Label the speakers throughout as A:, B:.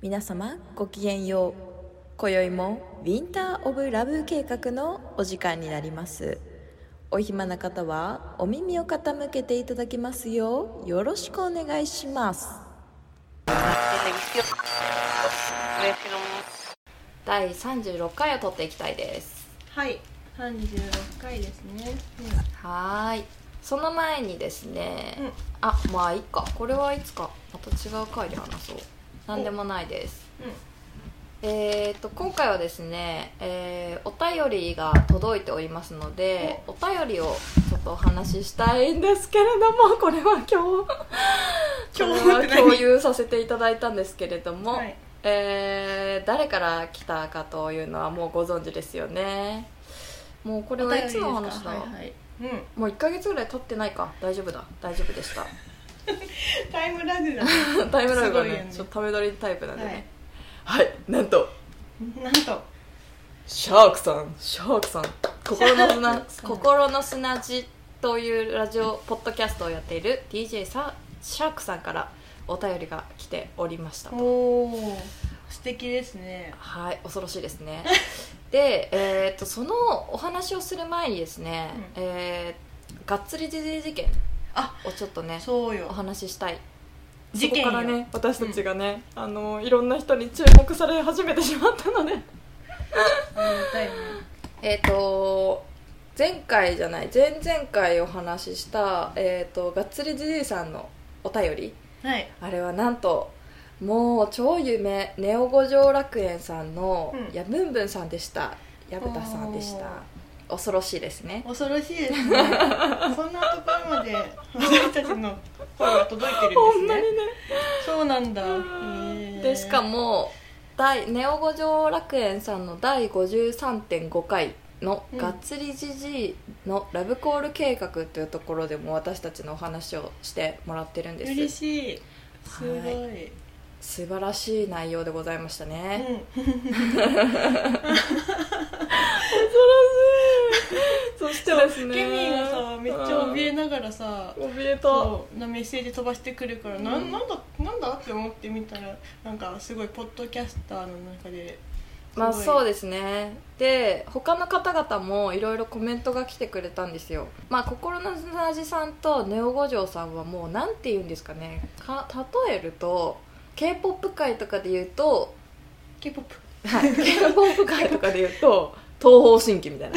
A: 皆様ごきげんよう今宵もウィンター・オブ・ラブ計画のお時間になりますお暇な方はお耳を傾けていただきますようよろしくお願いします
B: televisión. Televisión.
C: 第36回を撮っていきたいです
D: はい、三十六回ですね。
C: はーいその前にですね、
D: うん
C: あまあいいかこれはいつかまた違う回で話そうなんでもないですえー、と今回はですね、えーお便りが届いておりますのでお便りをちょっとお話ししたいんですけれどもこ れは今 日
D: 今日
C: これは
D: って何
C: 共有させていただいたんですけれど
D: うん、
C: も、
D: はい、
C: えー誰から来たかというのはもうご存知ですよねもうこれはいつの話だ、
D: はいはい、うん、
C: もう1ヶ月ぐらい経ってないか大丈夫だ大丈夫でした
D: タイムラグだ。
C: タイムラグがね
D: すごいよね
C: ちょっとため取りタイプなんでねはい、なんと
D: なんと、
C: シャークさんシャークさん心の
D: シャー
C: 砂
D: クさん
C: 心の砂地というラジオポッドキャストをやっている DJ さシャークさんからお便りが来ておりました
D: おお、素敵ですね。
C: はい恐ろしいです ねで、えー、とそのお話をする前にですね、えーがっつり時事事件
D: あ
C: をちょっとね
D: そう
C: お
D: よ。
C: 話ししたい
D: 事件
C: そ
D: よ
C: こからね私たちがね、あのいろんな人に注目され始めてしまったので
D: ありがたいね。
C: えっと前回じゃない前々回お話しした、えー、とがっつりじじいさんのお便り
D: はい、
C: あれはなんともう超有名ネオ五条楽園さんの、
D: うん
C: やぶんぶんさんでした矢ぶたさんでした恐ろしいですね
D: 恐ろしい ですね。そんなところまで私たちの声が届いてるんですね。そうなんだ。へー
C: でしか、も第ネオ五条楽園さんの第53.5回の「
D: うん
C: がっつりじじい」のラブコール計画というところでも私たちのお話をしてもらってるんです
D: 嬉しい。すごい。
C: は素晴らしい内容でございましたね、
D: うん、
C: そしてですね
D: ケミーがさめっちゃ怯えながらさ
C: 怯え
D: そうなメッセージ飛ばしてくるから、な
C: うん
D: ん、なんだなんだって思ってみたらなんかすごいポッドキャスターの中で
C: まあそう
D: で
C: ですねで他の方々もいろいろコメントが来てくれたんですよまあ心の砂地さんとネオ五条さんはもうなんて言うんですかねか例えると k p o p 界とかで言うと
D: k p o p
C: はい k p o p 界とかで言うと東方神起みたいな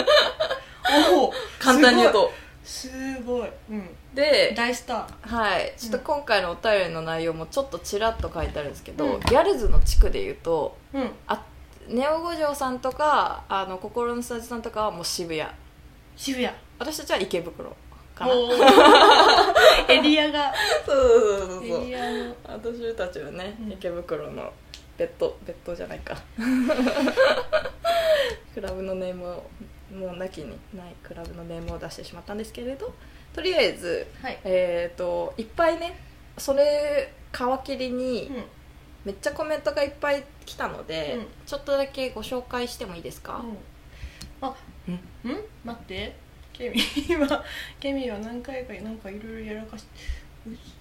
D: おお
C: 簡単に言うと
D: すごい、うん、
C: で
D: 大スタ
C: はいちょっと今回のお便りの内容もちょっとちらっと書いてあるんですけど、
D: うん
C: ギャルズの地区で言うと
D: ーうん
C: ネオ五条さんとかあの心の砂地さんとかはもう渋谷
D: 渋谷
C: 私たちは池袋かな
D: お ーエリアが
C: そうそうそう
D: エ
C: そう
D: リアの
C: 私たちはね、
D: うん
C: 池袋のベッドベッドじゃない かクラブのネームをもうなきにないクラブのネームを出してしまったんですけれどとりあえず
D: はい、
C: えっ、といっぱいねそれ皮切りに
D: うん
C: めっちゃコメントがいっぱい来たので、
D: うん
C: ちょっとだけご紹介してもいいですか、
D: あ
C: ん
D: ん待ってケミ 今ケミは何回かなんかいろいろやらかし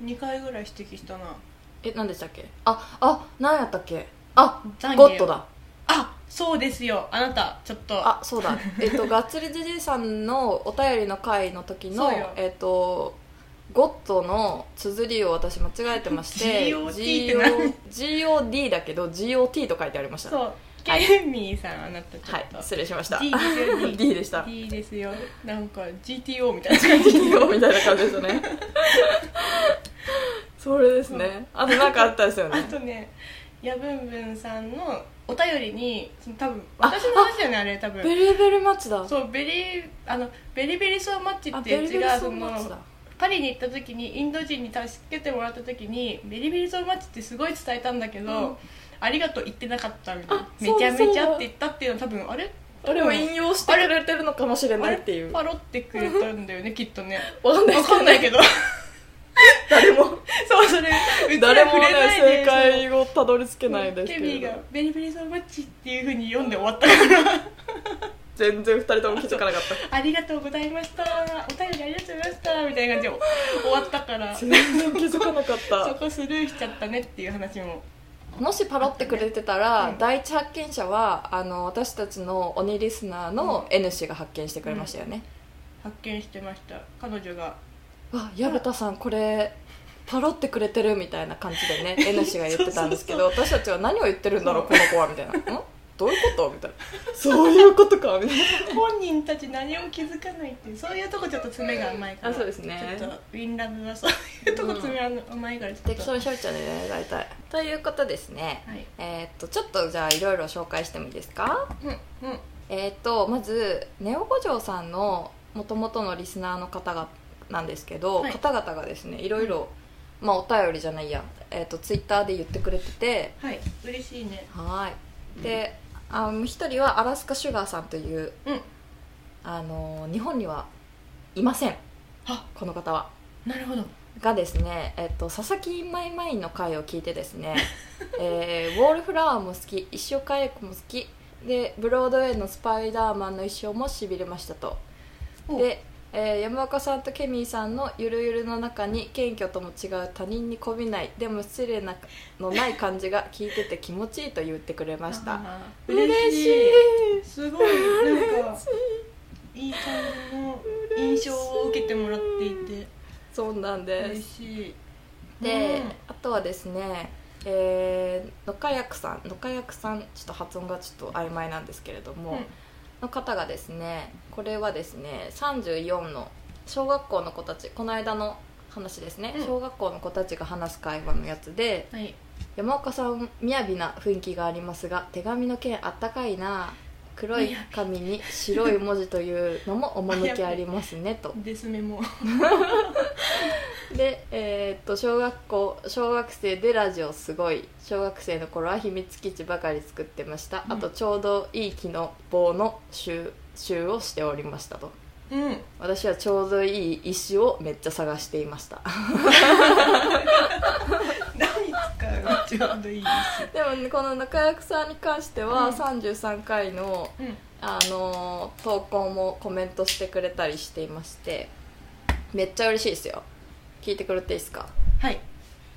D: 2回ぐらい指摘したな
C: え何でしたっけああ何やったっけあ
D: 懺悔
C: ゴッドだ
D: あそうですよあなたちょっと
C: あそう だえっとがっつりじじいさんのお便りの回の時の
D: そうよ
C: えっとゴッドの綴りを私間違えてまして
D: GOT って何
C: GO GOD だけど GOT と書いてありましたは
D: そうケミーさんあなたちょ
C: い
D: っ
C: 失礼しました
D: と D ですよ D
C: D でした
D: D ですよなんか GTO みたいな 感じ
C: GO みたいな感じですよねそれですねあと何かあったですよ
D: あ
C: ね
D: とねやぶんぶんさんのお便りにその多分私の話だよねあれ多
C: ベ
D: 分
C: ルベルマッチだ
D: そうベリーあのベリベリソーマッチっ
C: あ
D: て
C: ベ
D: いう
C: ル
D: や
C: ベル
D: つが
C: ソ
D: そ
C: ンマッチ
D: の
C: だ
D: パリに行った時にインド人に助けてもらった時にベリベリソーマッチってすごい伝えたんだけど、
C: うん
D: ありがとう言ってなかったみたいな
C: あそう
D: め
C: だ
D: ちゃめち
C: そう
D: ゃ
C: だ
D: って言ったっていうのは多分あれ
C: あれを引用してくれてるのかもしれ
D: あ
C: ない
D: れ
C: っていう
D: パロってくれたんだよねきっとね
C: わかんないで
D: わ
C: すけ
D: か
C: ど
D: んない けど
C: 誰も
D: そうそれうちら
C: 誰もね
D: 触れない
C: 正
D: で
C: 解をたどり着けないです
D: ケ
C: け
D: ビー
C: れ
D: が
C: ど
D: 「ベリベリソーマッチ」っていうふうに読んで終わった から
C: 全然二人とも気づかなかっ
D: 「ありがとうございました」「お便りありがとうございました」みたいな感じで終わったから
C: た全然気づかなかっ
D: そ
C: た
D: こスルーしちゃったねっていう話も
C: もしパロってくれてたら、第一発見者はあの私たちの鬼リスナーの N 氏が発見してくれましたよね、
D: 発見してました彼女が
C: わ矢田さんこれパロってくれてるみたいな感じ でね N 氏が言ってたんですけど私たちは何を言ってるんだろうこの子はみたいな「んどういうこと?」みたいな「そういうことか」みたいな
D: 本人たち何も気づかないっていうそういうとこちょっと爪が甘いから
C: あそうですね
D: ちょっとウィンラブはそういうとこ爪甘いからちょっ
C: 適
D: と、
C: 当にしゃべっちゃうね大体ということですね
D: はい
C: えーっとちょっとじゃあいろいろ紹介してもいいですか
D: うんうん
C: えーっとまずネオ五条さんのもともとのリスナーの方がなんですけど、
D: はい
C: 方々がですねいろいろ、まあ、お便りじゃないや、えーっとツイッターで言ってくれてて
D: はい嬉しいね
C: はーいであの一人はアラスカシュガーさんという、
D: うん
C: あの日本にはいません
D: あ
C: この方は
D: なるほど
C: がですね、えっと、佐々木マイマイの回を聞いてですね、えーウォールフラワーも好き一生かえ子も好きでブロードウェイのスパイダーマンの一生もしびれましたと
D: お
C: で、えー山岡さんとケミーさんのゆるゆるの中に謙虚とも違う他人にこびないでも失礼なのない感じが聞いてて気持ちいいと言ってくれました
D: あー
C: 嬉しい
D: すごいなんかいい感じの印象を受けてもらっていて
C: そうなんで
D: 嬉
C: す
D: しい
C: で、あとはですねえー、のかやくさんのかやくさんちょっと発音がちょっと曖昧なんですけれども、
D: うん
C: の方がですねこれはですね34の小学校の子たちこの間の話ですね、
D: うん
C: 小学校の子たちが話す会話のやつで
D: うんはい
C: 山岡さんみやびな雰囲気がありますが手紙の件あったかいな黒い紙に白い文字というのも趣ありますねと
D: デスメモ
C: で、えーっと小学校小学生でラジオすごい小学生の頃は秘密基地ばかり作ってました、
D: うん
C: あとちょうどいい木の棒の収集をしておりましたと
D: うん
C: 私はちょうどいい石をめっちゃ探していました
D: 何使うちょうどいいし
C: でもねこの中役さんに関しては、
D: うん
C: 33回の、
D: うん
C: あのー投稿もコメントしてくれたりしていましてめっちゃ嬉しいですよ聞いてくれていいですか
D: はい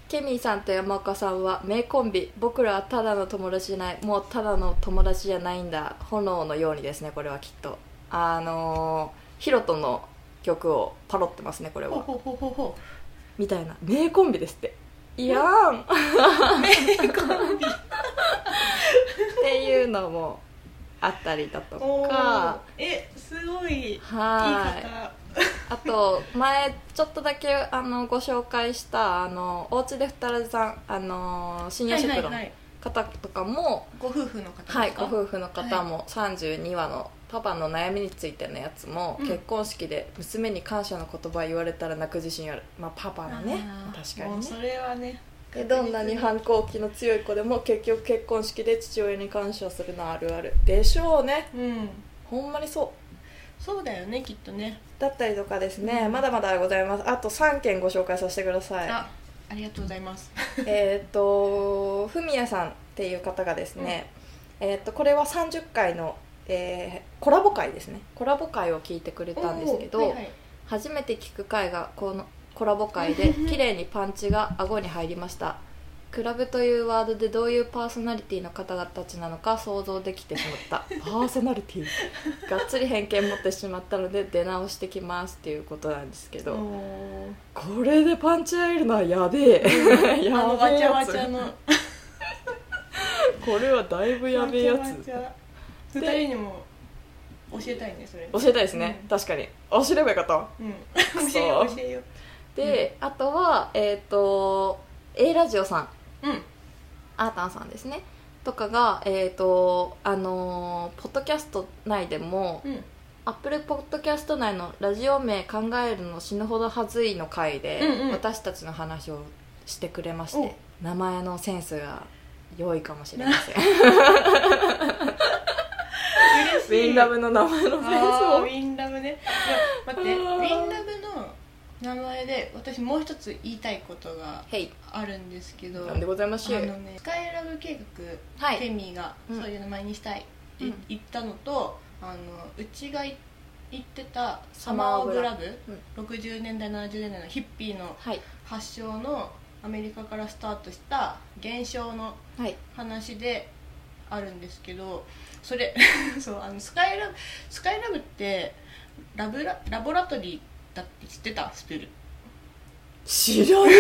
C: ケミーさんと山岡さんは名コンビ僕らはただの友達じゃないもうただの友達じゃないんだ炎のようにですねこれはきっとあのー、ヒロトの曲をパロってますねこれ
D: ほう
C: は
D: ほうほうほうほ
C: みたいな名コンビですっていやーん名コンビっていうのもあったりだと
D: うおー
C: か
D: えすごいいい
C: はい
D: 方
C: あと前ちょっとだけあのご紹介したあのおうちでふたらじさんあの深夜食堂の
D: い
C: 方とかも
D: ご夫婦の方ですか
C: はいご夫婦の方も32話のパパの悩みについてのやつも
D: うん
C: 結婚式で娘に感謝の言葉言われたら泣く自信あるまあパパのね
D: あー
C: 確かに
D: もう
C: ね
D: それはね
C: でどんなに反抗期の強い子でも結局結婚式で父親に感謝するのはあるあるでしょうね
D: うん
C: ほんまにそう
D: そうだよねきっとね
C: だったりとかですねまだまだございますあと3件ご紹介させてください
D: あありがとうございます
C: えーっとふみやさんっていう方がですね、えーっとこれは30回の、えーコラボ会ですねコラボ会を聞いてくれたんですけど、
D: おーはいはい
C: 初めて聞く回がこのコラボ回で 綺麗にパンチが顎に入りましたクラブというワードでどういうパーソナリティの方々たちなのか想像できてしまった パーソナリティがっつり偏見持ってしまったので出直してきますっていうことなんですけど
D: おー
C: これでパンチ入るのはやべえ
D: あ
C: や
D: の
C: べ
D: わ
C: え
D: ちゃわ
C: やつ
D: ちゃの
C: これはだいぶやべえや
D: わ
C: つ
D: ちゃわちゃ二人にも教えたいねそれ
C: 教えたいですね、
D: うん
C: 確かに教えればよかった
D: うん
C: そ
D: 教えよう教えよ
C: で、あとはえっ、と A ラジオさん
D: ううん
C: アータンさんですねとかが、えーとあのーポッドキャスト内でも、
D: うん
C: アップルポッドキャスト内の「ラジオ名考えるの死ぬほどはずい」の回で、
D: うんうん
C: 私たちの話をしてくれまし
D: お
C: て名前のセンスが良いかもしれません
D: 嬉しい
C: の名前の
D: あーウィンラブねいや待って
C: あ
D: ウ
C: ー
D: ィンラブの名前で私もう一つ言いたいことが
C: へい
D: あるんですけど
C: なんでございましょ
D: あ
C: う
D: のねスカイラブ計画、
C: はい
D: ケミーが
C: うん
D: そういう名前にしたいって
C: うん
D: 言ったのと、あのうちがい行ってたサマー・オブ・ラブ、60年代70年代のヒッピーの
C: はい
D: 発祥のあアメリカからスタートした現象の
C: はい
D: 話であるんですけどそれ そうあのスカイラブスカイラブってラブララボラトリーだって知ってた スペル
C: 知らね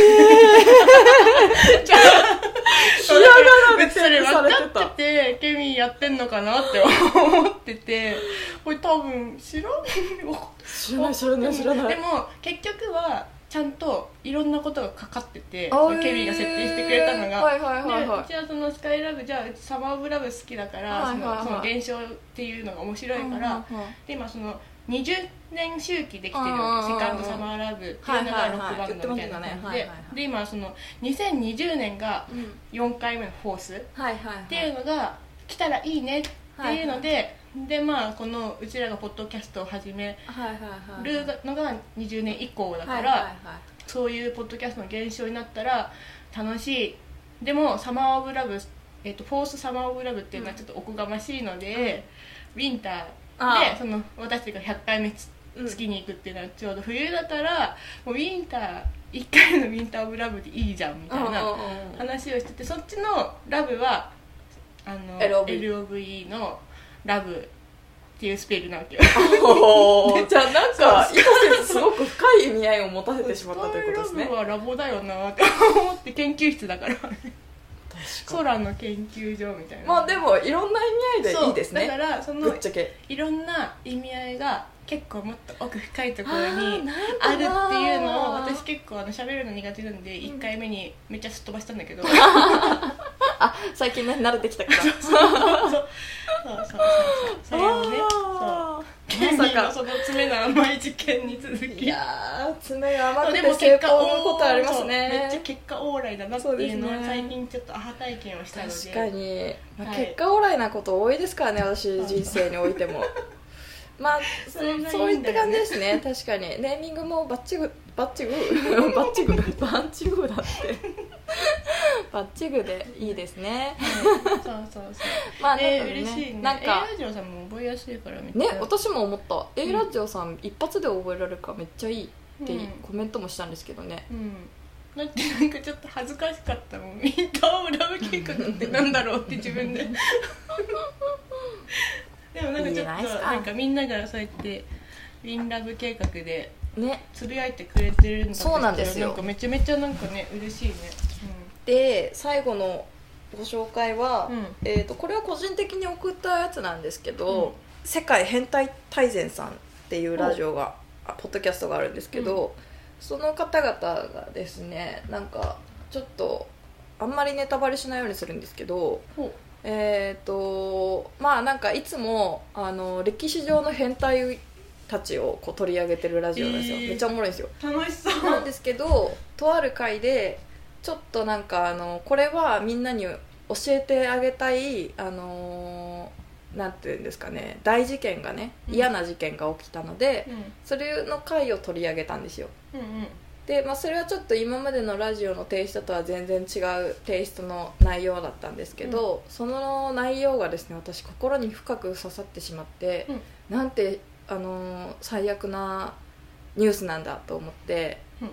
D: それ
C: がなで
D: 別にそれ
C: され
D: 分
C: てた
D: かっててケミやってんのかなって思っててこれ多分知らん
C: 知らない知らない知らな
D: で
C: い
D: も結局はちゃんといろんなことがかかってて
C: あー
D: ケミが設定してくれたのが、
C: はいはいはいは
D: でうちはそのスカイラブじゃあうちサマーオブラブ好きだから、
C: はいはいはい
D: そのその現象っていうのが面白い
C: い
D: から、
C: うんうんうん
D: で今その20年周期できてる
C: うんうんうんうん
D: セカンドサマーラブっていうの
C: は
D: が
C: いはい
D: ロッ
C: はい
D: クバンドみたいな
C: 言ってました
D: 感じで
C: ねはいはいはい
D: で今その2020年が
C: うん
D: 4回目のフォースっ
C: はいはいはい
D: ていうのが来たらいいねっていうので、でまあこのうちらがポッドキャストを始め
C: はいはいはい
D: るのが20年以降だから、
C: はいはいはい
D: そういうポッドキャストの現象になったら楽しいでも「サマー・オブ・ラブ」えっと「フォース・サマー・オブ・ラブ」っていうのはちょっとおこがましいので、ウィンター
C: あ
D: で
C: あ
D: その私たちが100回目つ
C: うん
D: 月に行くっていうのはちょうど冬だからもうウィンター1回目の「ウィンター・オブ・ラブ」でいいじゃんみたい
C: うんうん
D: な
C: うん
D: 話をしててそっちの「ラブは」あの
C: LOV
D: LOVE の「ラブ」っていうスペルなわけよ
C: お ーじゃあなんか意図せずすごく深い意味合いを持たせてしまったということです
D: ス
C: ね
D: ターラブはラボだよなって思って研究室だから空の研究所みたいな
C: まあでもいろんな意味合いでいいです
D: そうだ
C: ね
D: からそ
C: ぶ
D: の
C: っちゃけ
D: いろんな意味合いが結構もっと奥深いとこ
C: あ
D: ろ
C: ー
D: に
C: なん
D: あ
C: か
D: るって
C: なー
D: いうのを私結構あの喋るの苦手なんで1回目にめっちゃすっ飛ばしたんだ けどそう
C: あ最近ね慣れてきたから
D: そうそうそうそれをね
C: あ
D: そ
C: ー
D: うケン
C: ま
D: ミ
C: さ
D: ーの
C: か
D: その爪の甘い事件に続
C: い
D: き
C: やー爪が甘
D: あ
C: く
D: で
C: て
D: も
C: 成
D: 結
C: 功
D: 果
C: のことあります
D: そうめっちゃ
C: ね
D: 結果オーライだなって
C: そうで
D: い
C: す
D: うのを
C: ね
D: 最近ちょっとアハ体験をしたので
C: 確かに、まあ
D: はい
C: 結果オーライなこと多いですからね私人生において もまあそ
D: それがいいんだよね
C: そういった感じですね確かにネーミングもバッチグバッ チグバッチグバッチグだってバッチグでいいですね
D: そうそうそう。
C: まあな
D: え
C: んかね
D: 嬉しいね。
C: なんか
D: A ラジオさんも覚えやすいからみたい
C: ね
D: な。
C: 私も思った A ラジオさん、一発で覚えられるからめっちゃいいって
D: うん
C: コメントもしたんですけどね、
D: うん。だってなんかちょっと恥ずかしかったもん。ミンターをラブ計画ってなんだろうって自 分で。でもなんか
C: いい
D: ち
C: じ
D: ょ
C: ゃ
D: っ
C: ない
D: と
C: ですか
D: なんかみんながそうやって。ウィンラブ計画で
C: ね
D: つぶやいてくれてるんだとしたら
C: そうなんですよ
D: なんかめちゃめちゃなんかね嬉しいね、
C: で最後のご紹介は、
D: うん
C: えー、とこれは個人的に送ったやつなんですけど「世界変態大全さん」っていうラジオがあポッドキャストがあるんですけど、その方々がですねなんかちょっとあんまりネタバレしないようにするんですけど
D: ほう
C: えっ、とまあなんかいつもあの歴史上の変態たちをこう取り上げてるラジオなんですよ、
D: えー
C: めっちゃおもろいんですよ
D: うん、楽しそう
C: なんですけどとある回でちょっとなんかあのこれはみんなに教えてあげたいあのーなんていうんですかね大事件がね
D: うん
C: 嫌な事件が起きたので、それの回を取り上げたんですよ
D: うんうんうん
C: で、まあ、それはちょっと今までのラジオのテイストとは全然違うテイストの内容だったんですけど、その内容がですね私心に深く刺さってしまって、なんて、あのー最悪なニュースなんだと思って、
D: うん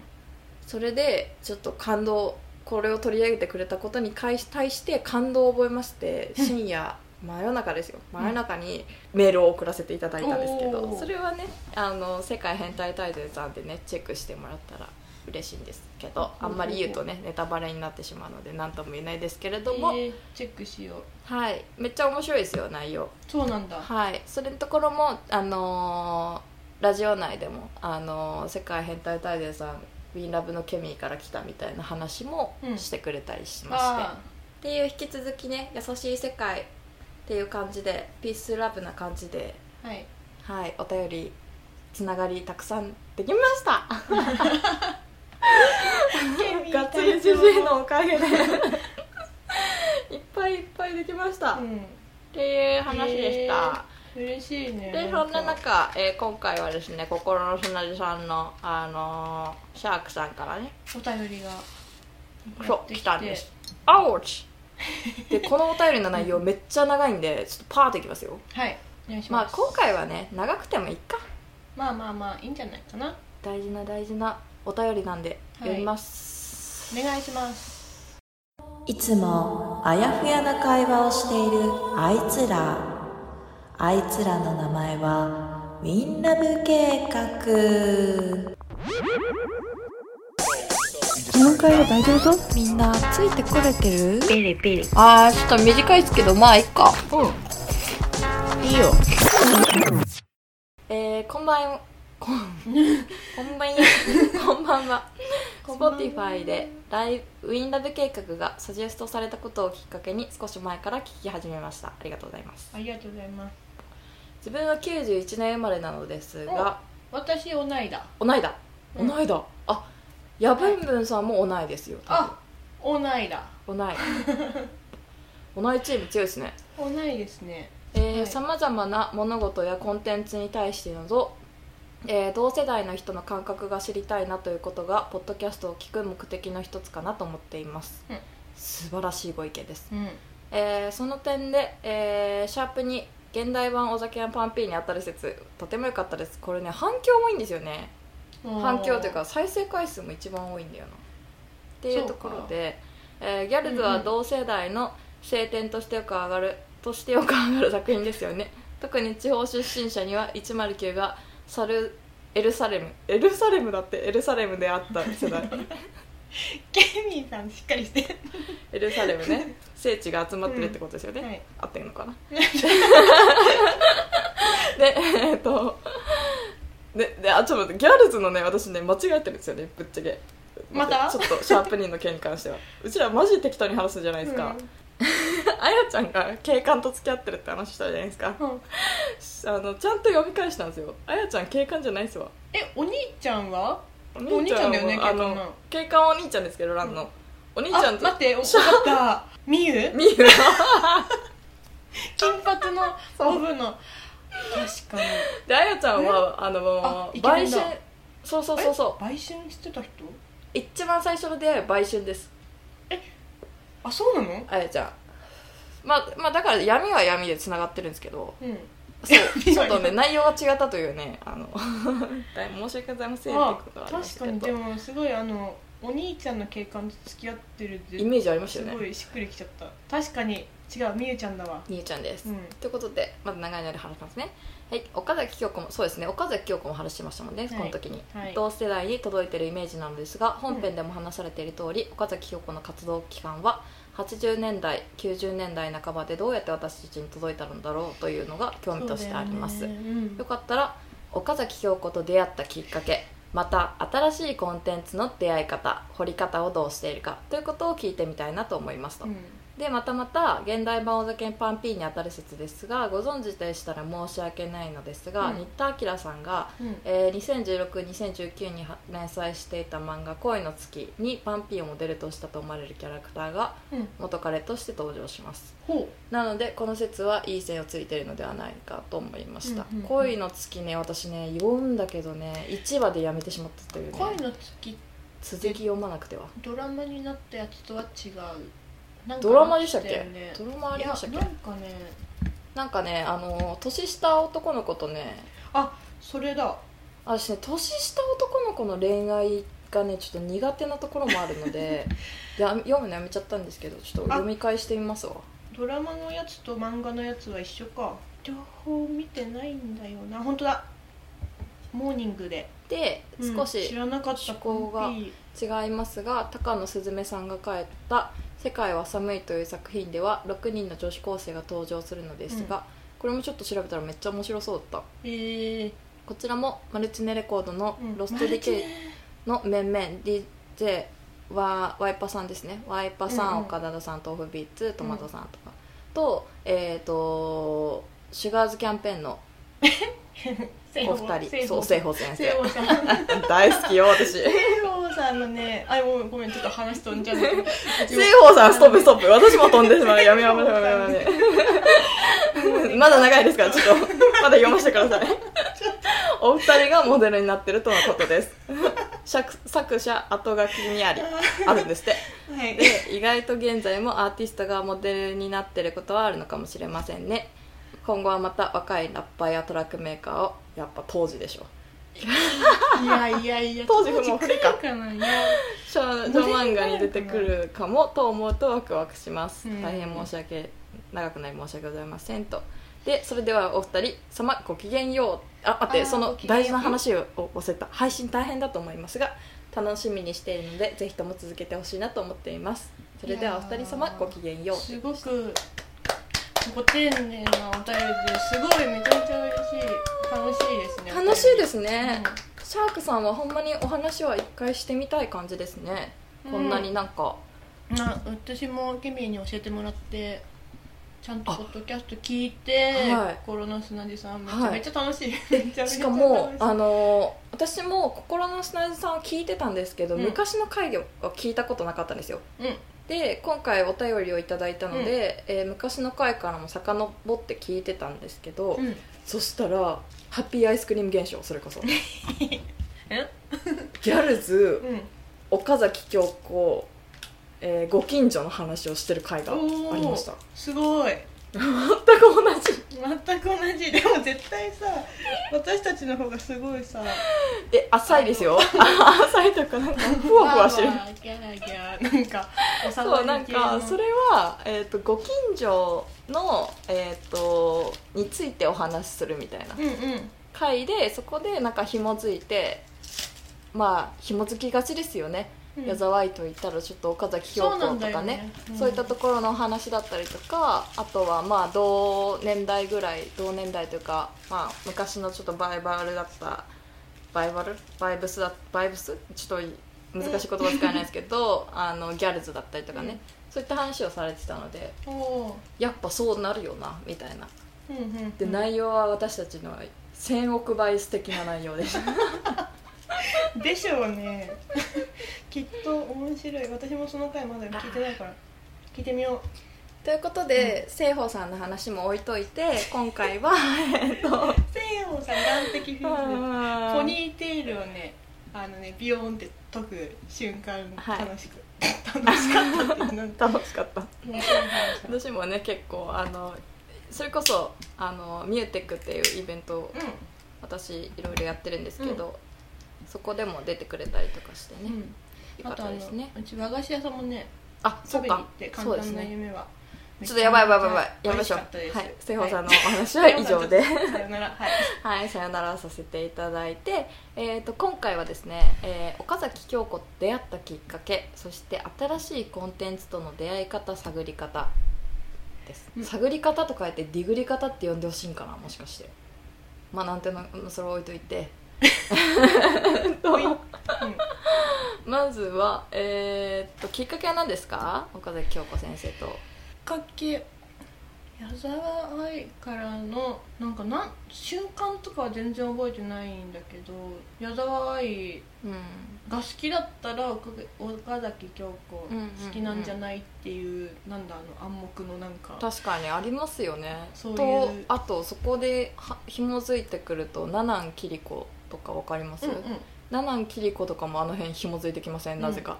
C: それでちょっと感動これを取り上げてくれたことに対し対して感動を覚えまして深夜真夜中ですよ真夜中にメールを送らせていただいたんですけど、
D: おー
C: それはねあの世界変態大全さんでねチェックしてもらったら嬉しいんですけどあんまり言うとねネタバレになってしまうので何とも言えないですけれども、
D: えーチェックしよう
C: はいめっちゃ面白いですよ内容
D: そうなんだ
C: はい、それのところも、あのーラジオ内でも、あのー世界変態大全さん「ウィンラブのケミーから来たみたいな話も
D: うん
C: してくれたりしまして、っ
D: あ
C: ていう引き続きね「優しい世界」っていう感じでピースラブな感じで、
D: ーはい
C: はい、お便りつながりたくさんできましたガッツリジジイのおかげでいっぱいいっぱいできました、
D: う
C: っ
D: ん
C: ていう話でした。
D: へー嬉しいね
C: でそんな中、えー今回はですね心の砂地さんの、あのーシャークさんからね
D: お便りがやっ
C: そう
D: て
C: 来
D: き
C: たんですあおちでこのお便りの内容めっちゃ長いんでちょっとパーっていきますよ
D: はいお願いし
C: まあ
D: ます
C: 今回はね長くてもいいか
D: まあまあまあいいんじゃないかな
C: 大事な大事なお便りなんで
D: はい
C: 読みます、
D: お願いします
A: いつもあやふやな会話をしているあいつらあいつらの名前はウィンラブ計画
E: この会話大丈夫そう
A: みんなついてこれてる
C: あーちょっと短いですけどまあいっか
E: いいよ
C: えー、こんばんこんこんばんやこんばんは Spotify でライブウィンラブ計画がサジェストされたことをきっかけに少し前から聞き始めましたありがとうございます
D: ありがとうございます
C: 自分は91年生まれなのですが
D: 私同いだ
C: 同いだ
D: うん
C: 同いだあやぶんぶんさんも同いですよ
D: あ同いだ
C: 同い同いチーム強いですね
D: 同いですねはい
C: さまざまな物事やコンテンツに対してのぞ、えー同世代の人の感覚が知りたいなということがポッドキャストを聞く目的の一つかなと思っています、
D: うん
C: 素晴らしいご意見です、
D: うん
C: えーその点で、えーシャープに現代版お酒やパンピーにあたる説とても良かったですこれね反響もいいんですよね反響というか再生回数も一番多いんだよなっていうところで、えーギャルズは同世代の晴天としてよく上がるとしてよく上がる作品ですよね特に地方出身者には109がサルエルサレムエルサレムだってエルサレムであった世代
D: ケミーさんしっかりして
C: エルサレムね聖地が集まってるってことですよね、
D: はい
C: 合ってるのか なでえーっとでであちょっと待ってギャルズのね私ね間違えてるんですよねぶっちゃけ
D: また
C: ちょっとシャープニーの件に関してはうちらマジ適当に話すじゃないですか、あやちゃんが警官と付き合ってるって話したじゃないですか
D: うんう
C: あ
D: ん
C: のちゃんと読み返したんですよあやちゃん警官じゃないっすわ
D: えお兄ちゃんは
C: お
D: お兄ちゃんだよね
C: はあ
D: 警官な
C: の
D: の
C: 警官はお兄ちゃんですけどランの、お兄ちゃ
D: あ
C: んと
D: 待ってお分かったみゆ
C: みゆ
D: 金髪のボブの確かに
C: であやちゃんはあの
D: あイケメ
C: 売
D: ンだ
C: 春そうそうそうそう
D: え売春してた人
C: 一番最初の出会いは売春です
D: あそうなの
C: あやちゃんまあまあだから闇は闇でつながってるんですけ ど
D: うん
C: そうちょっとね
D: 闇
C: 内容が違ったというねあ の大変申し訳ございませんっていう
D: あ
C: ことはありました
D: 確か
C: け
D: にで
C: ど
D: もすごいあのお兄ちゃんの警官と付き合ってるって
C: イメージありました
D: す
C: よね
D: ごいしっくりきちゃった確かに違うみゆちゃんだわ
C: みゆちゃんです、
D: うん
C: ということでまだ長いので話しますねはい岡崎京子もそうですね岡崎京子も話しましたもんね、
D: はい
C: この時に、
D: はい
C: 同世代に届いてるイメージなのですが本編でも話されている通り、岡崎京子の活動期間は80年代90年代半ばでどうやって私たちに届いたのだろうというのが興味としてあります
D: そうだよねうん
C: よかったら岡崎京子と出会ったきっかけまた新しいコンテンツの出会い方掘り方をどうしているかということを聞いてみたいなと思いますと、
D: うん
C: でまたまた現代版「お酒パンピー」にあたる説ですがご存知でしたら申し訳ないのですが、
D: うん
C: 新田明さんが、
D: うん
C: えー、20162019に連載していた漫画「恋の月」にパンピーをモデルとしたと思われるキャラクターが
D: うん
C: 元彼として登場します
D: ほ
C: なのでこの説はいい線をついてるのではないかと思いました「
D: うんうんうん
C: 恋の月ね」私ね読んだけどね1話でやめてしまったというう
D: 恋
C: ね
D: の月
C: 続き読まなくては
D: ドラマになったやつとは違うなんか
C: ドラマでしたっ
D: あたよ
C: け
D: ね
C: ドラマありましたっ
D: いや
C: け
D: なんかね
C: なんかねあの年下男の子とね
D: あそれだ
C: 私ね年下男の子の恋愛がねちょっと苦手なところもあるの でや読むのやめちゃったんですけどちょっと読み返してみますわ
D: ドラマのやつと漫画のやつは一緒か両方見てないんだよな本当だモーニングで、
C: で
D: うん
C: 少し、
D: 知らなかった
C: 趣向が
D: コンピ
C: 違いますが高野すずめさんが書いた「世界は寒い」という作品では6人の女子高生が登場するのですが、これもちょっと調べたらめっちゃ面白そうだった
D: ーえー
C: こちらもマルチネレコードの
D: う
C: 「
D: ん
C: ロストディケイの面々 DJ はワイパさんですねワイパさん、
D: うんうん
C: 岡田さん豆腐ビーツトマトさんとか、とえっ、とシュガーズキャンペーンのお二人そう
D: 聖
C: 西方先
D: 聖
C: 生
D: 鳳さん聖
C: 大好きよ私
D: 鳳さんの ねあごめんごめんちょっと話飛んじゃうね
C: 西方さんストップストップ私も飛んでしまうやめようやめようやめようやめようまだ長いですからちょっとまだ読ませてください お二人がモデルになってるとのことです作作者後書きにありあるんですって
D: はい
C: で意外と現在もアーティストがモデルになってることはあるのかもしれませんね今後はまた若いラッパーやトラックメーカーをやっぱ当時でしょ
D: いやいやいや
C: 当時不毛不利か
D: 当時来るないや
C: 少女漫画に出てくるかもと思うとワクワクします、
D: うん
C: 大変申し訳長くなり申し訳ございませんとでそれではお二人様ごきげんようあ待っ
D: あ
C: て
D: ー
C: その
D: ごきげんよう
C: 大事な話を忘れた配信大変だと思いますが楽しみにしているのでぜひとも続けてほしいなと思っていますそれではお二人
D: い
C: 様
D: やー
C: ごきげんよう
D: すごくご丁寧なお便りですごいめちゃめちゃ嬉しい楽しいですね
C: 楽しいですすね、シャークさんはほんまにお話は一回してみたい感じですね、こんなになんか
D: な私もケミーに教えてもらってちゃんと
C: あ
D: ポッドキャスト聞いて
C: はい
D: 「心の砂地さん」めち
C: は
D: ゃ
C: い
D: めちゃ楽しい、 めちゃめちゃ楽しい
C: しかもあのー私も「心の砂地さん」を聞いてたんですけど、
D: うん
C: 昔の会議は聞いたことなかったんですよ
D: うん
C: で今回お便りをいただいたので、えー昔の回からも遡って聞いてたんですけど、
D: うん
C: そしたらハッピーアイスクリーム現象それ こそ
D: え
C: ギャルズ
D: うん
C: 岡崎京子、えーご近所の話をしてる回がありました
D: おーすごい
C: 全く同じ
D: 全く同じでも絶対さ私たちの方がすごいさ
C: え浅いですよ浅いというかなんかふわふわしてる
D: わーわーギャラギャーなんかおさ
C: そう
D: が
C: な
D: り
C: ん
D: 系の
C: かそれは、えー、とご近所の、えー、とについてお話しするみたいな
D: うんうん
C: 回でそこでなんか紐づいてまあ紐づきがちですよね、
D: うん
C: 矢沢愛といったらちょっと岡崎京
D: そ
C: 子と
D: うな
C: か
D: んだよ
C: ね
D: ね
C: そう
D: う
C: い
D: ん
C: ったところのお話だったりとかあとはまあ同年代ぐらい同年代というか、まあ、昔のちょっとバイバルだったバイバルバイブスだバイブスちょっと難しい言葉使えないですけ ど、あのギャルズだったりとかね、
D: うん
C: そういった話をされてたので
D: おー
C: やっぱそうなるよなみたいな
D: うんうん
C: で内容は私たちの1000億倍素敵な内容でした
D: でしょうね きっと面白い私もその回まだ聞いてないから聞いてみよ
C: ということで清宝、さんの話も置いといて今回はえっと
D: うせいやもさん眼的フェイス でポニーテールをねあのねビヨーンって解く瞬間
C: はい
D: 楽しく、 楽しかったっていうなんか
C: 楽しかった
D: 面白い話だ
C: 私もね結構あのそれこそあのミューテックっていうイベントを私いろいろやってるんですけど、そこでも出てくれたりとかして
D: うん、う
C: ね、
D: ん、
C: よ
D: あ
C: かっ
D: と
C: た
D: あの
C: ですね
D: うち和菓子屋さんもね
C: あそ
D: 食
C: う
D: べに行っ
C: か
D: て
C: そ
D: 簡
C: うです
D: 単な
C: ね
D: 夢は
C: ちょっとやばいやばいやばいやめましょう
D: 美味かったです
C: はい清宝さんのお話は以上で
D: はい清保さんちょっとさよならはい
C: はい、さよならさせていただいて、えー、と今回はですね、えー岡崎京子と出会ったきっかけそして新しいコンテンツとの出会い方探り方です、
D: うん
C: 探り方と書いてディグり方って呼んでほしいんかなもしかしてまあなんていうのそれは置いといて
D: うん
C: まずは、えー、ときっかけは何ですか岡崎京子先生と
D: きっかけ矢沢愛からのなんかなん瞬間とかは全然覚えてないんだけど矢沢愛
C: うん
D: が好きだったら岡岡崎京子好
C: うんうんうん
D: きなんじゃないっていう,、なんだあの暗黙のなんか
C: 確かにありますよね
D: そういう
C: とあとそこでは紐づいてくるとナナンキリコとかわかります、
D: うんうん
C: ナナンキリコとかもあの辺紐づいてきませんなぜか、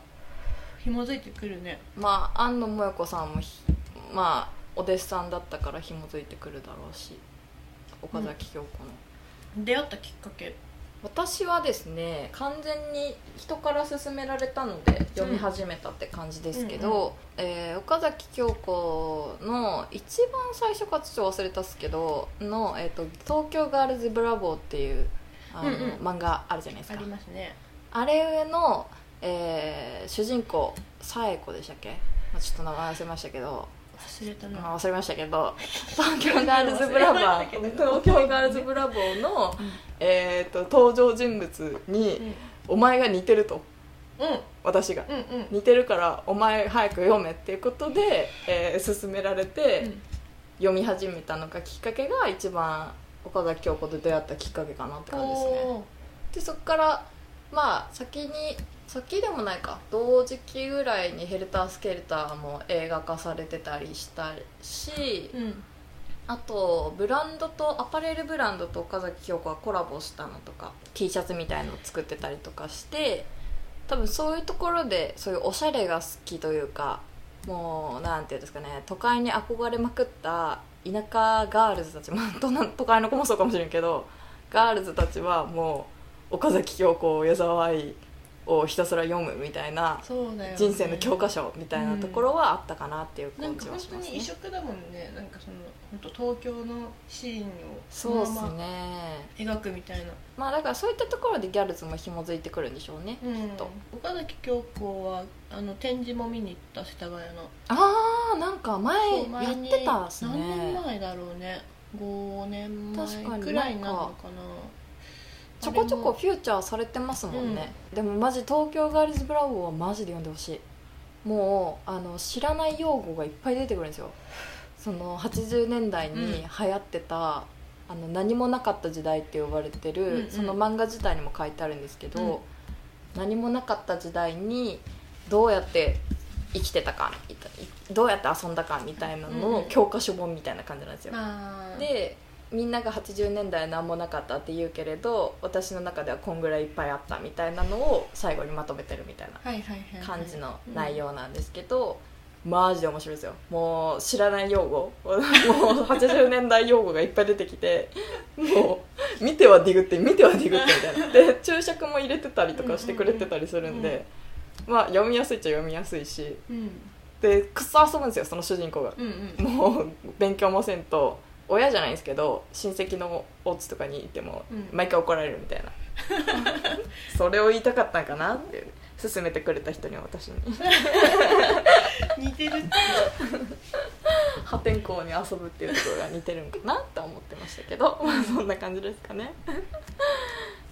D: 紐づいてくるね
C: まあ庵野萌子さんもひまあお弟子さんだったから紐づいてくるだろうし岡崎京子の、
D: 出会ったきっかけ
C: 私はですね完全に人から勧められたので読み始めたって感じですけど、えー岡崎京子の一番最初かちょっと忘れたっすけどの、えーと「東京ガールズブラボー」っていうあの、
D: うんうん
C: 漫画あるじゃないです
D: あ
C: か
D: りますね
C: あれの、えー主人公サエ子でしたっけ、まあ、ちょっと名前忘れましたけど
D: 忘れた
C: ま
D: な
C: あ忘れましたけど東京ガールズブラボ ー
D: 忘れましたけど
C: 東京ガールズブラボーの、えー、と登場人物に、
D: うん
C: お前が似てると
D: うん
C: 私が
D: うんうん
C: 似てるからお前早く読めっていうことで、えー勧められて
D: うん
C: 読み始めたのがきっかけが一番岡崎京子と出会ったきっかけかなって感じですね
D: おー
C: でそこからまあ先に先でもないか同時期ぐらいに「ヘルタースケルター」も映画化されてたりしたし、
D: うん
C: あとブランドとアパレルブランドと岡崎京子がコラボしたのとか T シャツみたいのを作ってたりとかして多分そういうところでそういうおしゃれが好きというかもうなんていうんですかね都会に憧れまくった田舎ガールズたちまあ都都会の子もそうかもしれんけどガールズたちはもう岡崎京子矢沢愛をひたすら読むみたいな
D: そうだよね
C: 人生の教科書みたいなところはあったかなっていう
D: なん
C: 感
D: か
C: じは
D: 本
C: し
D: 当
C: ます
D: に
C: ね
D: 異。色だもんねなんかその本当東京のシーンを
C: そうです
D: まま
C: ね。
D: 描くみたいな
C: まあだからそういったところでギャルズも紐づいてくるんでしょうね。
D: うん
C: と
D: 岡崎京子はあの展示も見に行った世田谷の
C: ああなんか前
D: そう
C: や
D: 前
C: っ
D: に
C: てたっすね。
D: 何年前だろうね5年
C: 確か
D: 前
C: に
D: くらいになるのかな
C: ちょこちょこ
D: あ
C: フューチャーされてますもんね、でもマジ東京ガールズブラボーはマジで読んでほしいもうあの知らない用語がいっぱい出てくるんですよその80年代
D: うん
C: に流行ってた、あの何もなかった時代って呼ばれてる、
D: うんうん
C: その漫画自体にも書いてあるんですけど、何もなかった時代にどうやって生きてたかみたいどうやって遊んだかみたいなの
D: う
C: を
D: んうん
C: 教科書本みたいな感じなんですよ、
D: れもまあ
C: でみんなが80年代何もなかったって言うけれど私の中ではこんぐらいいっぱいあったみたいなのを最後にまとめてるみたいな
D: はいはいはいはい
C: 感じの内容なんですけど、マジで面白いですよもう知らない用語もう80年代用語がいっぱい出てきてもう見てはディグって見てはディグってみた いなで注釈も入れてたりとかしてくれてたりするんで、まあ読みやすいっちゃ読みやすいし
D: うん
C: でくっそ遊ぶんですよその主人公が。
D: うん うん
C: もう勉強もせんと親じゃないんですけど親戚のお家とかにいても
D: うん
C: 毎回怒られるみ たいな、それを言いたかったんかなっていう勧めてくれた人に私に
D: 似てるって
C: 破天荒に遊ぶっていうところが似てるんかなって思ってましたけど、 まあ、そんな感じですかね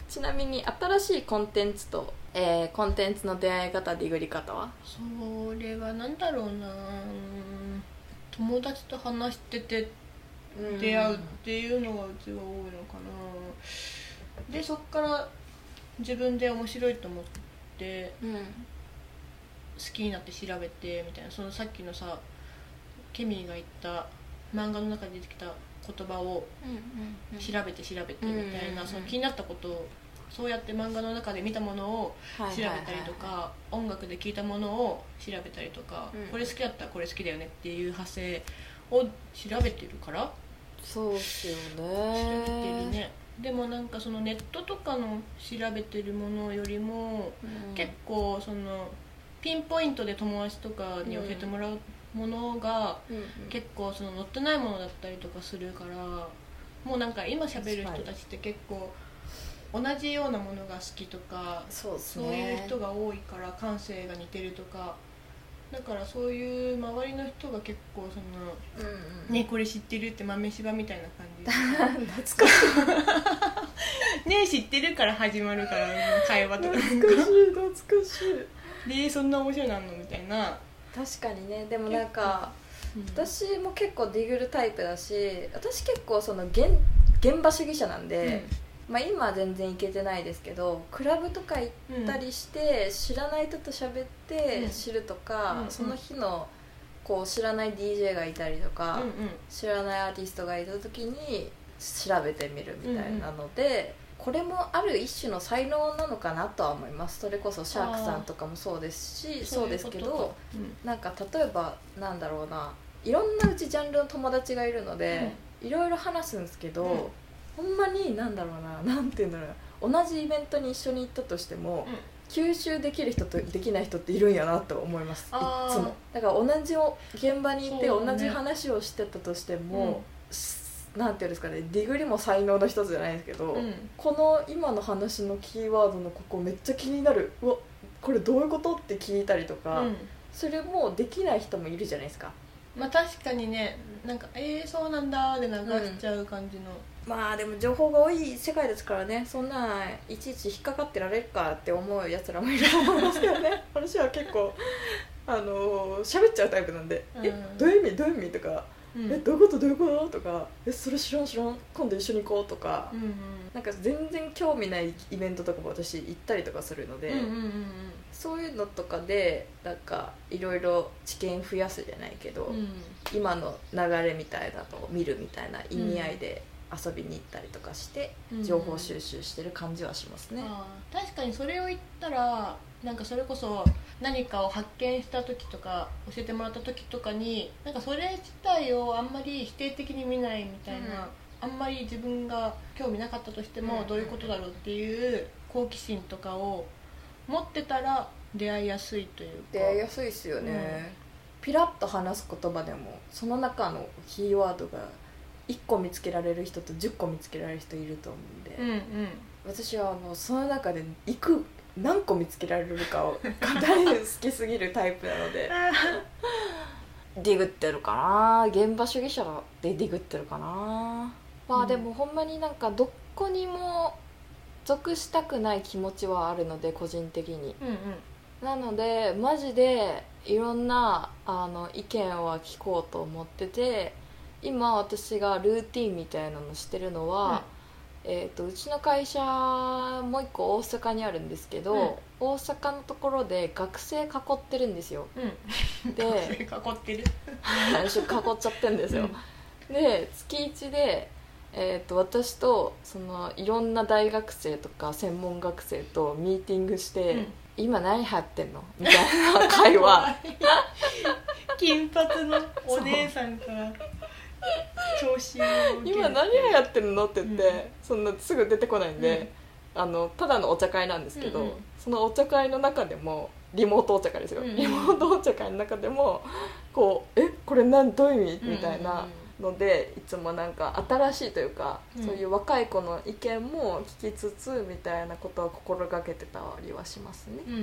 C: ちなみに新しいコンテンツと、えーコンテンツの出会い方ディグり方は
D: それはなんだろうなうん友達と話してて出会うっていうのがうちは多いのかなでそっから自分で面白いと思って
C: うん、
D: 好きになって調べてみたいなそのさっきのさケミーが言った漫画の中で出てきた言葉を調べて調べてみたいな、
C: うん
D: その気になったことをそうやって漫画の中で見たものを
C: 調
D: 調べたりとか音楽で聴いたものを調べたりとか、
C: うん
D: これ好きだったらこれ好きだよねっていう派生を調べてるから
C: そうっすよね
D: 調べてるね、でもなんかそのネットとかの調べてるものよりも、
C: うん
D: 結構そのピンポイントで友達とかに教えてもらうものが、
C: うんうん
D: 結構その載ってないものだったりとかするからもうなんか今喋る人たちって結構同じようなものが好きとか
C: そうです
D: そう
C: ね
D: いう人が多いから感性が似てるとかだからそういう周りの人が結構その
C: うん
D: 「
C: うん
D: ねえこれ知ってる?」って豆柴みたいな感じで
C: 懐かしい
D: 「ねえ知ってる?」から始まるから会話とか
C: 懐かしい懐かしい
D: でそんな面白いのあんのみたいな、
C: 確かにねでもなんか私も結構ディグルタイプだし私結構その現現場主義者なんで、まあ、今は全然行けてないですけどクラブとか行っ
D: うん
C: たりして、知らない人と喋って
D: うん
C: 知るとか、
D: うんうん
C: その日のこう知らない DJ がいたりとか、
D: うんうん
C: 知らないアーティストがいた時に調べてみるみたいなので、これもある一種の才能なのかなとは思いますそれこそシャークさんとかもそうですしそうですけ
D: そういうこ
C: ど
D: とかうん
C: なんか例えばなんだろうないろんなうちジャンルの友達がいるので、いろいろ話すんですけど、ほんまになんだろうななんて言うんだろう同じイベントに一緒に行ったとしても、
D: うん
C: 吸収できる人とできない人っているんやなと思いますい
D: あー
C: つもだから同じを現場にいて
D: そ
C: 同
D: うだね
C: じ話をしてたとしても、s- なんていうんですかねディグリも才能の一つじゃないですけど、
D: うん
C: この今の話のキーワードのここめっちゃ気になるうわこれどういうことって聞いたりとか、
D: うん
C: それもできない人もいるじゃないですか
D: まあ確かにねなんか「えー、そうなんだ」で流しちゃう感じの、
C: まあでも情報が多い世界ですからねそんないちいち引っかかってられるかって思うやつらもいると思いますけどね 私は結構あのー喋っちゃうタイプなんで「
D: うん
C: えどういう意味どういう意味?」とか
D: う
C: 「
D: ん
C: えどういうことどういうこと?」とか「えそれ知らん知らん今度一緒に行こう」とか、
D: うんうん
C: なんか全然興味ないイベントとかも私行ったりとかするので、
D: うんうんうん
C: そういうのとかでなんかいろいろ知見増やすじゃないけど、
D: うんうん
C: 今の流れみたいなのを見るみたいな意味合いで遊びに行ったりとかして
D: うん
C: 情報収集してる感じはしますね、
D: あー確かにそれを言ったらなんかそれこそ何かを発見した時とか教えてもらった時とかになんかそれ自体をあんまり否定的に見ないみたいな、あんまり自分が興味なかったとして
C: うんうん
D: も
C: うん
D: どういうことだろうっていう好奇心とかを持ってたら出会いやすいというか
C: 出会いやすいっすよね、ピラッと話す言葉でもその中のキーワードが1個見つけられる人と10個見つけられる人いると思うんで、
D: うん うん
C: 私はあのその中でいく何個見つけられるかを語り好きすぎるタイプなので ディグってるかな現場主義者でディグってるかなまあ、
D: うん
C: でもほんまになんかどこにも属したくない気持ちはあるので個人的に
D: うんうん
C: なのでマジでいろんなあの意見は聞こうと思ってて今私がルーティンみたいなのしてるのは、えー、とうちの会社もう一個大阪にあるんですけど、
D: うん
C: 大阪のところで学生囲ってるんですよ
D: うん
C: で
D: 囲ってる
C: 私囲っちゃってるんですよ、で月1で、えー、と私とそのいろんな大学生とか専門学生とミーティングして、
D: うん
C: 今何流行ってんのみたいな会 話
D: 金髪のお姉さんから調子を受け
C: 今何流行ってるのって言って、
D: うん
C: そんなすぐ出てこないんで、あのただのお茶会なんですけど、
D: うんうん
C: そのお茶会の中でもリモートお茶会ですよ、
D: うんうん
C: リモートお茶会の中でもこう「えこれ何どういう意味?」みたいなので、いつもなんか新しいというか、
D: うん
C: そういう若い子の意見も聞きつつみたいなことを心がけてたりはしますね。
D: うんうん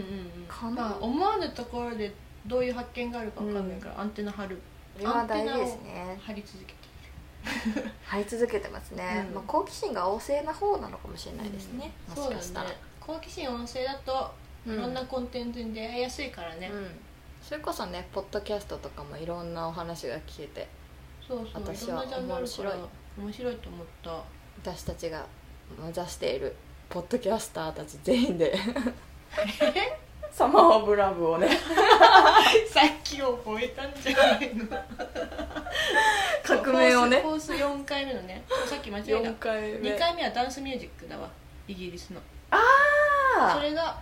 C: か
D: うん
C: な
D: まあ思わぬところでどういう発見があるかわかんないから、アンテナ張る
C: これは大事ですね
D: 張り続けて
C: 張り続けてますね、
D: うん
C: まあ、好奇心が旺盛な方なのかもしれないですね、も
D: そう
C: し
D: だ
C: かしたら
D: ね好奇心旺盛だと
C: う
D: い
C: ん
D: ろんなコンテンツに出会いやすいからね、
C: うん、それこそねポッドキャストとかもいろんなお話が聞けて
D: そうそう
C: 私
D: いろん
C: は
D: なジャンルあるから
C: 面
D: 面白いと思った
C: 私たちが目指しているポッドキャスターたち全員でサマーオブラブをね
D: さっきを超えたんじゃないの
C: 革命をね
D: コース4回目のねさっき間違え
C: 4
D: た
C: 回目
D: 2回目はダンスミュージックだわイギリスのそれが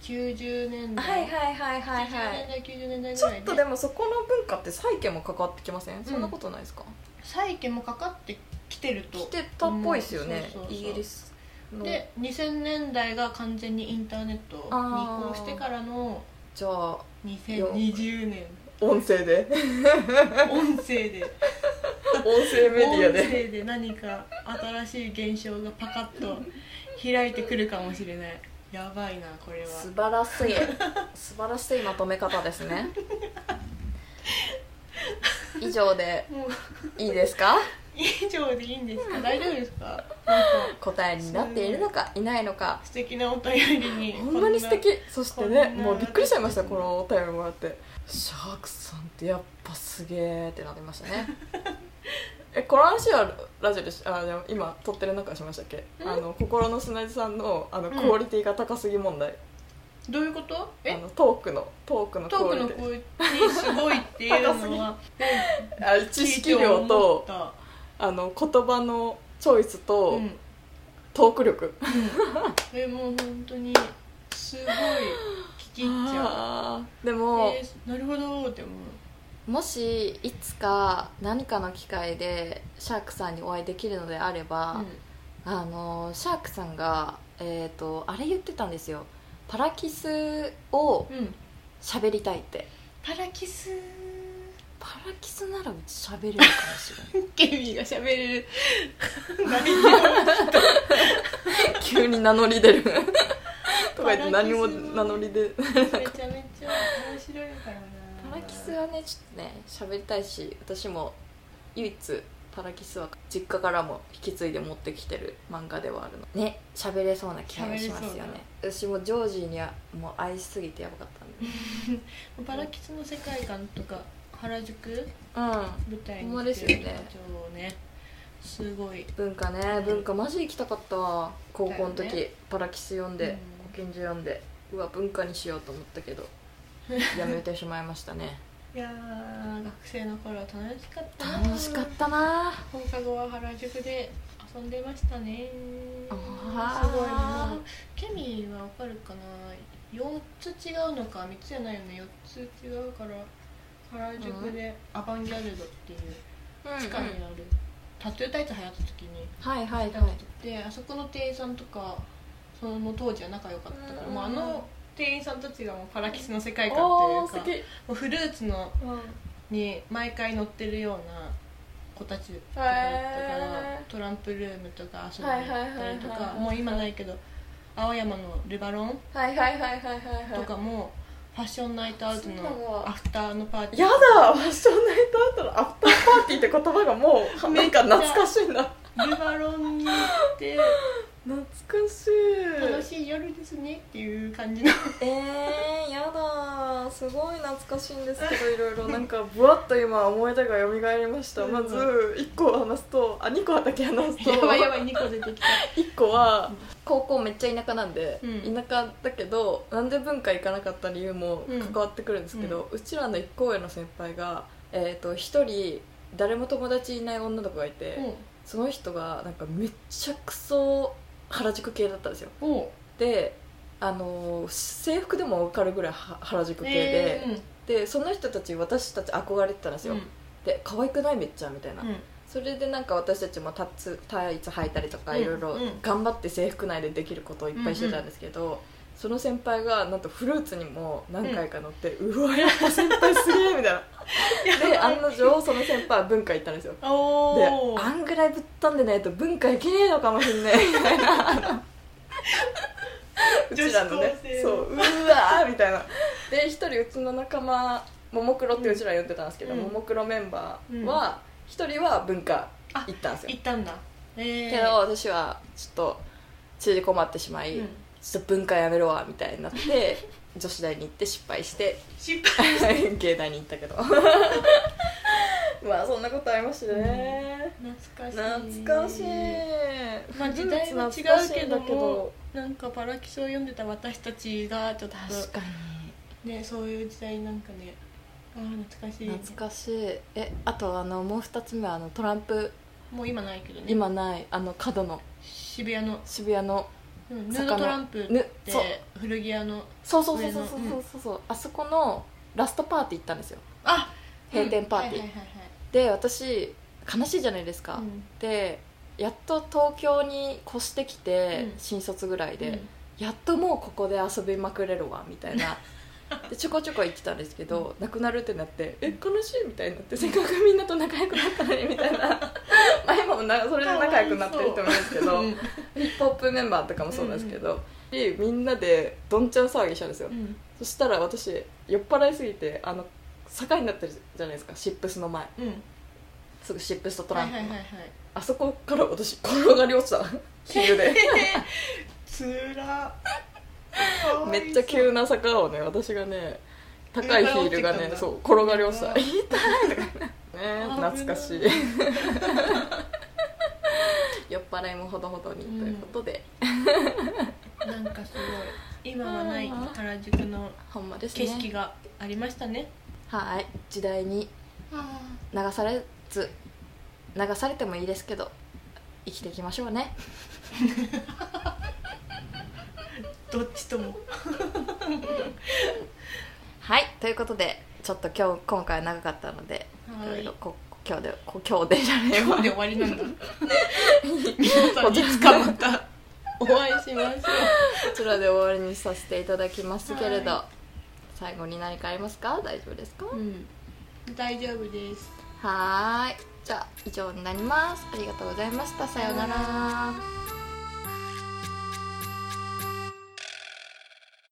D: 90年代、
C: はいはいはいはいは
D: 80年
C: い
D: 代90年代
C: ち
D: ぐ
C: ょっ
D: らいで
C: とでもそこの文化って債権も関わってきません、そんなことないですか
D: 債権もかかってきてると
C: 来てたっぽいですよ
D: うん
C: ね、
D: そうそうそう
C: イギリスの
D: で2000年代が完全にインターネットに移行してからの
C: じゃあ
D: 2020年
C: 音声で
D: 音声で
C: 音声メディア
D: 音
C: で
D: 声で何か新しい現象がパカッと開いてくるかもしれないやばいなこれは
C: 素晴らしい素晴らしいまとめ方ですね以上で
D: もう
C: いいですか
D: 以上でいいんですか大丈夫ですかなんか
C: 答えになっているのかいないのか
D: 素敵なお便りに
C: ほんまに素敵そして
D: こ
C: ね
D: んな
C: もうびっくりしちゃいましたこのお便りもらってシャークさんってやっぱすげえってなりましたねえこの話はラジオでしあでも今撮ってる中でしましたっけあの心の砂地さんのあの
D: うん
C: クオリティが高すぎ問題、
D: どういうこと
C: あ
D: え
C: のトークのトークのク
D: トー
C: オ
D: ク
C: リ
D: の
C: ティ
D: 声すごいっていうの は
C: あ知識量とあの言葉のチョイスと、
D: うん
C: トーク力
D: えもう本当にすごい聞き入っちゃう
C: あーでも、
D: えーなるほどって思う
C: もしいつか何かの機会でシャークさんにお会いできるのであれば、あのシャークさんが、えー、とあれ言ってたんですよパラキスを
D: うん、うん、
C: 喋りたいって
D: パラキス
C: パラキスならうち喋れるかもしれない
D: ケミーが喋れる
C: 急に名乗り出るとか言って
D: パラ
C: 何
D: キス
C: も名乗り出
D: めちゃめちゃ面白いからな
C: パラキスはねちょっとね喋りたいし私も唯一パラキスは実家からも引き継いで持ってきてる漫画ではあるのね喋れそうな気がしますよね私もジョージにはもう愛しすぎてやばかったん
D: パラキスの世界観とか原宿
C: でうん
D: 舞台
C: ほんま
D: に
C: です
D: し
C: よ
D: て
C: ね
D: る人をねすごい
C: 文化ね文化マジ行きたかったわ高校の時、
D: だよ
C: パラキス読んで、
D: うん
C: ご近所読んでうわ文化にしようと思ったけ どやめてしまいましたね
D: いやー学生の頃楽しかったな
C: 楽しかったな
D: 放課後は原宿で遊んでましたね
C: あ
D: す
C: ー
D: ごいなケミーはわかるかな4つ違うのか3つじゃないよね4つ違うから原宿でアバンギャルドっていう地下にあ
C: うんうん
D: るタトゥータイツ流行った時に
C: はいはいはい
D: であそこの店員さんとかその当時は仲良かったから、
F: うん
D: まあ、あの店員さんたちがもうパラキスの世界観
F: おー
D: というか
F: き
D: もうフルーツの
F: うん
D: に毎回乗ってるような子たちとかだったから
F: へー
D: トランプルームとか遊びに行ったりと
F: はいはいはい
D: か
F: はい
D: もう今ないけど青山のルバロン
F: はいはいはいはいはいはい
D: とかもファッションナイトアウト
F: そうなん
D: の
F: だ
D: アフターのパーティー
C: やだファッションナイトアウトのアフターパーティーって言葉がも うなんか懐かしいな
D: ルバロンに行って「
C: 懐かし
D: 楽
C: い
D: しい夜ですね」っていう感じの
C: えー、やだすごい懐かしいんですけどいろいろなんかぶわっと今思い出がよみがえりましたまず1個話すとあ2個だけ話すと
D: やばいやばい2個出てきた
C: 1個は高校めっちゃ田舎なんで、
D: うん
C: 田舎だけどなんで文化行かなかった理由も
D: うん
C: 関わってくるんですけど、うちらの一校への先輩が、えー、と1人誰も友達いない女の子がいて、その人がなんかめっちゃくそ原宿系だったんですよ
D: おお
C: であのー制服でも分かるぐらいは原宿系で、
D: えー
C: でその人たち私たち憧れてたんですよ、
D: うん
C: で可愛くないめっちゃみたいな、
D: うん
C: それでなんか私たちもタッツタイツ履いたりとか
D: うん
C: いろいろ
D: うん
C: 頑張って制服内でできることをいっぱいしてたんですけど、その先輩がなんとフルーツにも何回か乗って、うわやっぱ先輩すげえみたいな で案の定その先輩は文化行ったんですよで
D: お
C: あんぐらいぶっ飛んでないと文化行けねえのかもしんないみたいなあのうちらの
D: 女子
C: ね
D: 高生
C: そ
D: の
C: ううわーみたいなで一人うちの仲間ももクロってうちら呼んでたんですけど、
D: うん
C: ももクロメンバーは一人は文化行ったんですよ、
D: 行ったんだえー
C: けど私はちょっと縮こまってしまい、
D: うん
C: ちょっと文化やめろわみたいになって 女子大に行って失敗して
D: 失敗
C: 芸大に行ったけどまあそんなことありましたね、
D: 懐かしい
C: 懐かしい
D: まあ時代は違うけどもなんかパラキスを読んでた私たちがちょっ
C: 確か
D: とねそういう時代なんかねああ懐かしい
C: に懐かしいえあとあのもう2つ目はあのトランプ
D: もう今ないけどね
C: 今ないあの角の
D: 渋谷の、
C: 渋谷の
D: うんヌ
C: 坂の
D: ードトランプっ
C: ぬ
D: て
C: そう
D: 古着屋の
C: そうそうそうそうそう
D: 上のうん
C: そうそう、あそこのラストパーティー行ったんですよ
D: あ
C: 閉店パーティー
D: うんはいはいはいはい
C: で私悲しいじゃないですか、
D: うん
C: でやっと東京に越してきて、
D: うん
C: 新卒ぐらいで、
D: うん
C: やっともうここで遊びまくれるわみたい なでちょこちょこ行ってたんですけど、なくなるってなってえ悲しいみたいになってせっかくみんなと仲良くなったのにみたいな まあ今もなそれで仲良くなってる人もいるんですけど、
D: うん
C: ヒップホップメンバーとかもそうなんですけど、でみんなでどんちゃん騒ぎしたんですよ、
D: うん
C: そしたら私酔っ払いすぎてあの坂になってるじゃないですかシップスの前
D: うん
C: すぐシップスとト
D: は
C: ラ
D: い
C: ンプ
D: は
C: の、
D: いはいはい
C: あそこから私転がり落ちた急で
D: つら
C: めっちゃ急な坂をね私がね高いヒールがねそう転がり落ちた
D: うわ
C: 痛いとかね
D: 危ない
C: 懐かしい酔っ払いもほどほどにということで、
D: なんかすごい今はない原宿の
C: ほんまですね
D: 景色がありましたね
C: はい時代に流されず流されてもいいですけど生きていきましょうね
D: どっちとも
C: はいということでちょっと今日今回は長かったので
D: はい
C: いろいろこ今日で こ今日でじゃねえわ
D: 今日で終わりなん だ皆さんいつかまたお会いしましょ
C: こちらで終わりにさせていただきますけれど、
D: は
C: 最後に何かありますか大丈夫ですか、
D: う、うん、大丈夫です
C: はーいじゃあ以上になりますありがとうございましたさようなら